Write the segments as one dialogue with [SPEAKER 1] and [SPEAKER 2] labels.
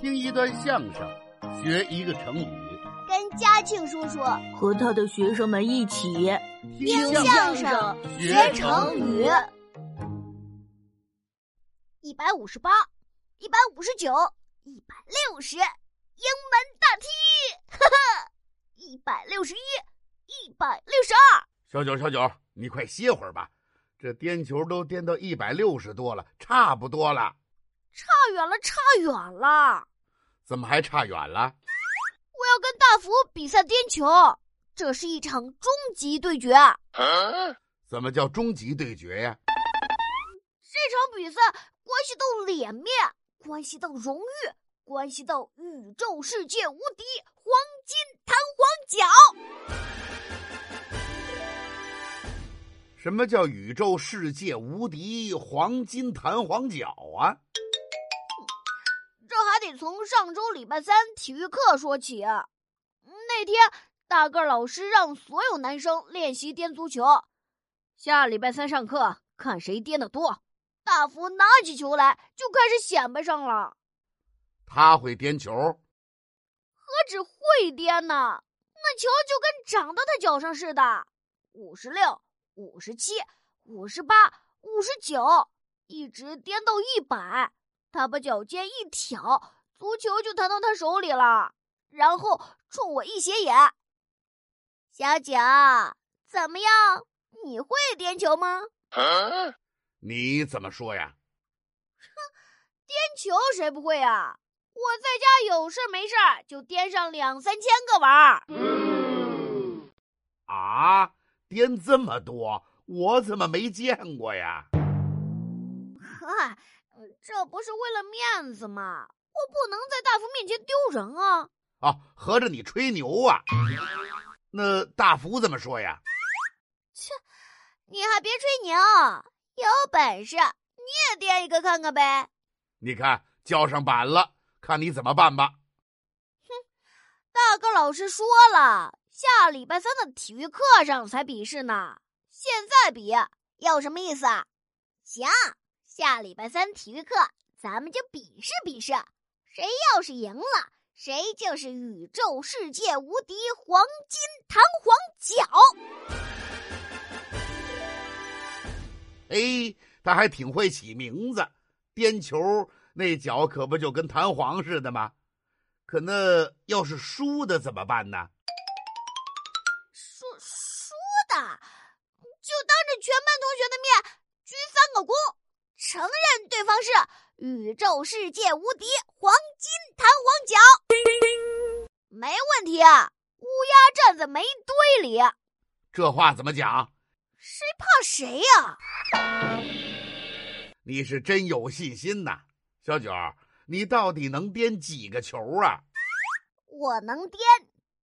[SPEAKER 1] 听一段相声，学一个成语，
[SPEAKER 2] 跟嘉庆叔叔
[SPEAKER 3] 和他的学生们一起
[SPEAKER 1] 听
[SPEAKER 2] 相
[SPEAKER 1] 声
[SPEAKER 2] 声
[SPEAKER 1] 学成语。
[SPEAKER 2] 一百五十八，一百五十九，一百六十，英门大踢， 哈哈，一百六十一，一百六十二，
[SPEAKER 1] 小九，小九，你快歇会儿吧，这颠球都颠到一百六十多了，差不多了，
[SPEAKER 2] 差远了，差远了！
[SPEAKER 1] 怎么还差远了？
[SPEAKER 2] 我要跟大福比赛颠球，这是一场终极对决。
[SPEAKER 1] 怎么叫终极对决呀、
[SPEAKER 2] 这场比赛关系到脸面，关系到荣誉，关系到宇宙世界无敌黄金弹簧脚。
[SPEAKER 1] 什么叫宇宙世界无敌黄金弹簧脚啊？
[SPEAKER 2] 这还得从上周礼拜三体育课说起。啊嗯那天大个儿老师让所有男生练习颠足球，下礼拜三上课看谁颠得多。大福拿起球来就开始显摆上了。
[SPEAKER 1] 他会颠球，
[SPEAKER 2] 他只会颠呐，那球就跟长到他脚上似的。五十六、五十七、五十八、五十九，一直颠到一百。他把脚尖一挑，足球就弹到他手里了，然后冲我一斜眼。小九，怎么样？你会颠球吗？
[SPEAKER 1] 你怎么说呀？
[SPEAKER 2] 颠球谁不会啊？我在家有事没事儿就颠上两三千个玩儿。
[SPEAKER 1] 啊，颠这么多，我怎么没见过呀？
[SPEAKER 2] 嗨，呃这不是为了面子吗？我不能在大福面前丢人啊！
[SPEAKER 1] 啊，合着你吹牛啊？那大福怎么说呀？
[SPEAKER 2] 你还别吹牛，有本事你也颠一个看看呗！
[SPEAKER 1] 你看叫上板了，看你怎么办吧。
[SPEAKER 2] 大个老师说了，下礼拜三的体育课上才比试呢，现在比有什么意思啊？行，下礼拜三体育课咱们就比试比试，谁要是赢了，谁就是宇宙世界无敌黄金弹簧脚。
[SPEAKER 1] 哎，他还挺会起名字，颠球那脚可不就跟弹簧似的吗？可那要是输的怎么办呢？
[SPEAKER 2] 说说的，就当着全班同学的面鞠三个躬，承认对方是宇宙世界无敌黄金弹簧脚，没问题。啊乌鸦站在煤堆里，
[SPEAKER 1] 这话怎么讲？
[SPEAKER 2] 谁怕谁呀、
[SPEAKER 1] 你是真有信心呐，小九儿，你到底能颠几个球啊？
[SPEAKER 2] 我能颠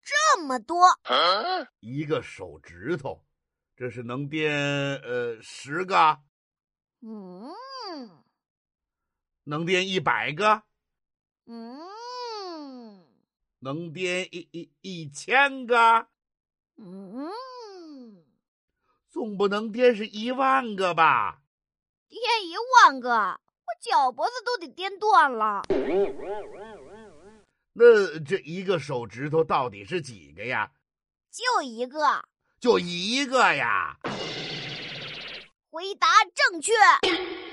[SPEAKER 2] 这么多，
[SPEAKER 1] 一个手指头，这是能颠呃十个，
[SPEAKER 2] 嗯
[SPEAKER 1] 能颠一百个，
[SPEAKER 2] 嗯
[SPEAKER 1] 能颠一一一千个，
[SPEAKER 2] 嗯，
[SPEAKER 1] 总不能颠是一万个吧？
[SPEAKER 2] 颠一万个，我脚脖子都得颠断了。
[SPEAKER 1] 那这一个手指头到底是几个呀？
[SPEAKER 2] 就一个。
[SPEAKER 1] 就一个呀？
[SPEAKER 2] 回答正确。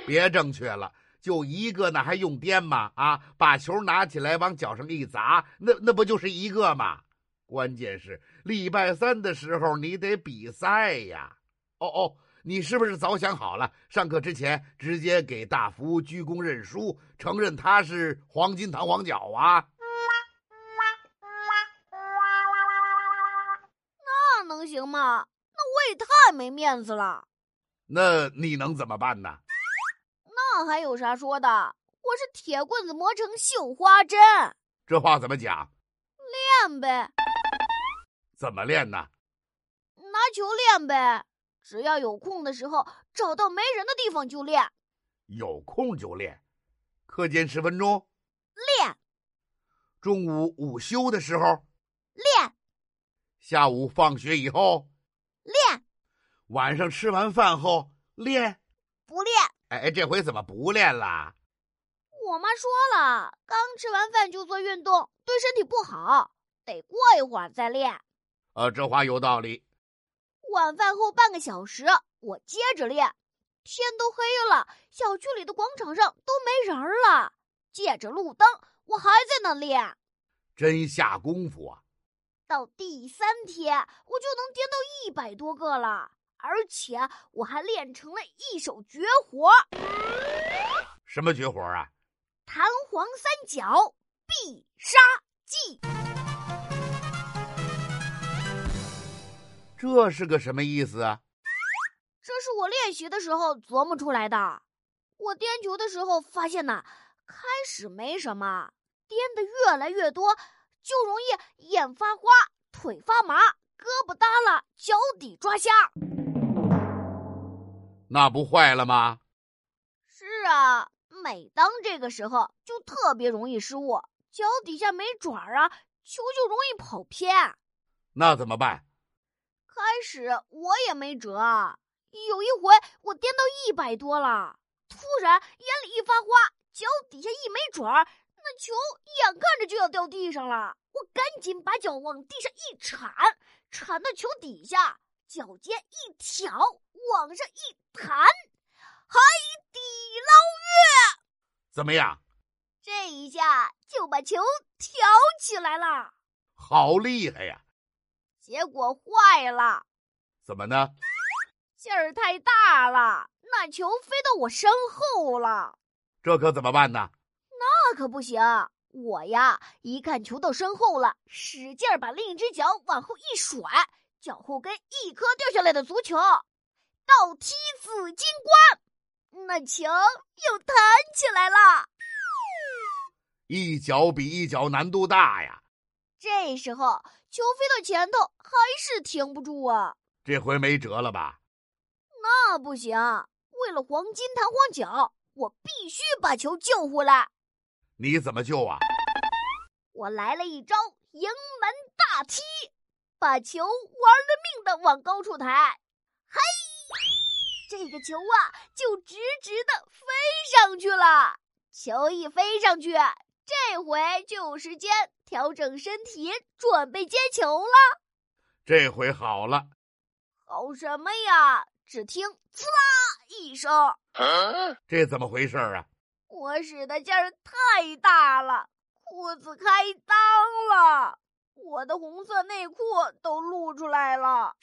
[SPEAKER 1] 别正确了，就一个那还用颠吗？啊，把球拿起来往脚上一砸，那那不就是一个吗？关键是礼拜三的时候你得比赛呀。哦哦，你是不是早想好了？上课之前直接给大福鞠躬认输，承认他是黄金弹簧脚啊？
[SPEAKER 2] 那能行吗？那我也太没面子了。
[SPEAKER 1] 那你能怎么办呢？
[SPEAKER 2] 那还有啥说的？我是铁棍子磨成绣花针，
[SPEAKER 1] 这话怎么讲？
[SPEAKER 2] 练呗，
[SPEAKER 1] 怎么练呢？
[SPEAKER 2] 拿球练呗。只要有空的时候，找到没人的地方就练。
[SPEAKER 1] 有空就练，课间十分钟，
[SPEAKER 2] 练
[SPEAKER 1] 中午午休的时候，
[SPEAKER 2] 练
[SPEAKER 1] 下午放学以后，
[SPEAKER 2] 练，
[SPEAKER 1] 晚上吃完饭后练。
[SPEAKER 2] 不练
[SPEAKER 1] 哎，这回怎么不练啦？
[SPEAKER 2] 我我妈说了，刚吃完饭就做运动对身体不好，得过一会儿再练。
[SPEAKER 1] 呃，这话有道理。
[SPEAKER 2] 晚饭后半个小时，我接着练。天都黑了，小区里的广场上都没人儿了。借着路灯，我还在那练。
[SPEAKER 1] 真下功夫啊！
[SPEAKER 2] 到第三天，我就能颠到一百多个了，而且我还练成了一手绝活
[SPEAKER 1] 什么绝活啊？
[SPEAKER 2] ——弹簧三角必杀技。
[SPEAKER 1] 这是个什么意思啊？
[SPEAKER 2] 这是我练习的时候琢磨出来的。我颠球的时候发现呐，开始没什么，颠的越来越多，就容易眼发花、腿发麻、胳膊耷拉、脚底抓瞎。
[SPEAKER 1] 那不坏了吗？
[SPEAKER 2] 是啊，每当这个时候就特别容易失误，脚底下没爪儿啊，球就容易跑偏。
[SPEAKER 1] 那怎么办？
[SPEAKER 2] 开始我也没辙啊，有一回我颠到一百多了，突然眼里一发花，脚底下一没准儿，那球眼看着就要掉地上了，我赶紧把脚往地上一铲，铲到球底下，脚尖一挑，往上一弹，海底捞月，
[SPEAKER 1] 怎么样？
[SPEAKER 2] 这一下就把球挑起来了，
[SPEAKER 1] 好厉害呀！
[SPEAKER 2] 结果坏了。
[SPEAKER 1] 怎么呢？
[SPEAKER 2] 劲儿太大了，那球飞到我身后了，
[SPEAKER 1] 这可怎么办呢？
[SPEAKER 2] 那可不行。我呀，一看球到身后了，使劲儿把另一只脚往后一甩，脚后跟一颗掉下来的足球，倒踢紫金冠，那球又弹起来了。
[SPEAKER 1] 一脚比一脚难度大呀！
[SPEAKER 2] 这时候，球飞到前头还是停不住啊。
[SPEAKER 1] 这回没辙了吧？
[SPEAKER 2] 那不行，为了黄金弹簧脚，我必须把球救回来。
[SPEAKER 1] 你怎么救啊？
[SPEAKER 2] 我来了一招迎门大踢，把球玩了命的往高处抬，嘿，这个球啊就直直的飞上去了。球一飞上去，这回就有时间调整身体，准备接球了。
[SPEAKER 1] 这回好了，
[SPEAKER 2] 好什么呀？只听“刺啦”一声，
[SPEAKER 1] 这怎么回事儿啊？
[SPEAKER 2] 我使的劲儿太大了，裤子开裆了，我的红色内裤都露出来了。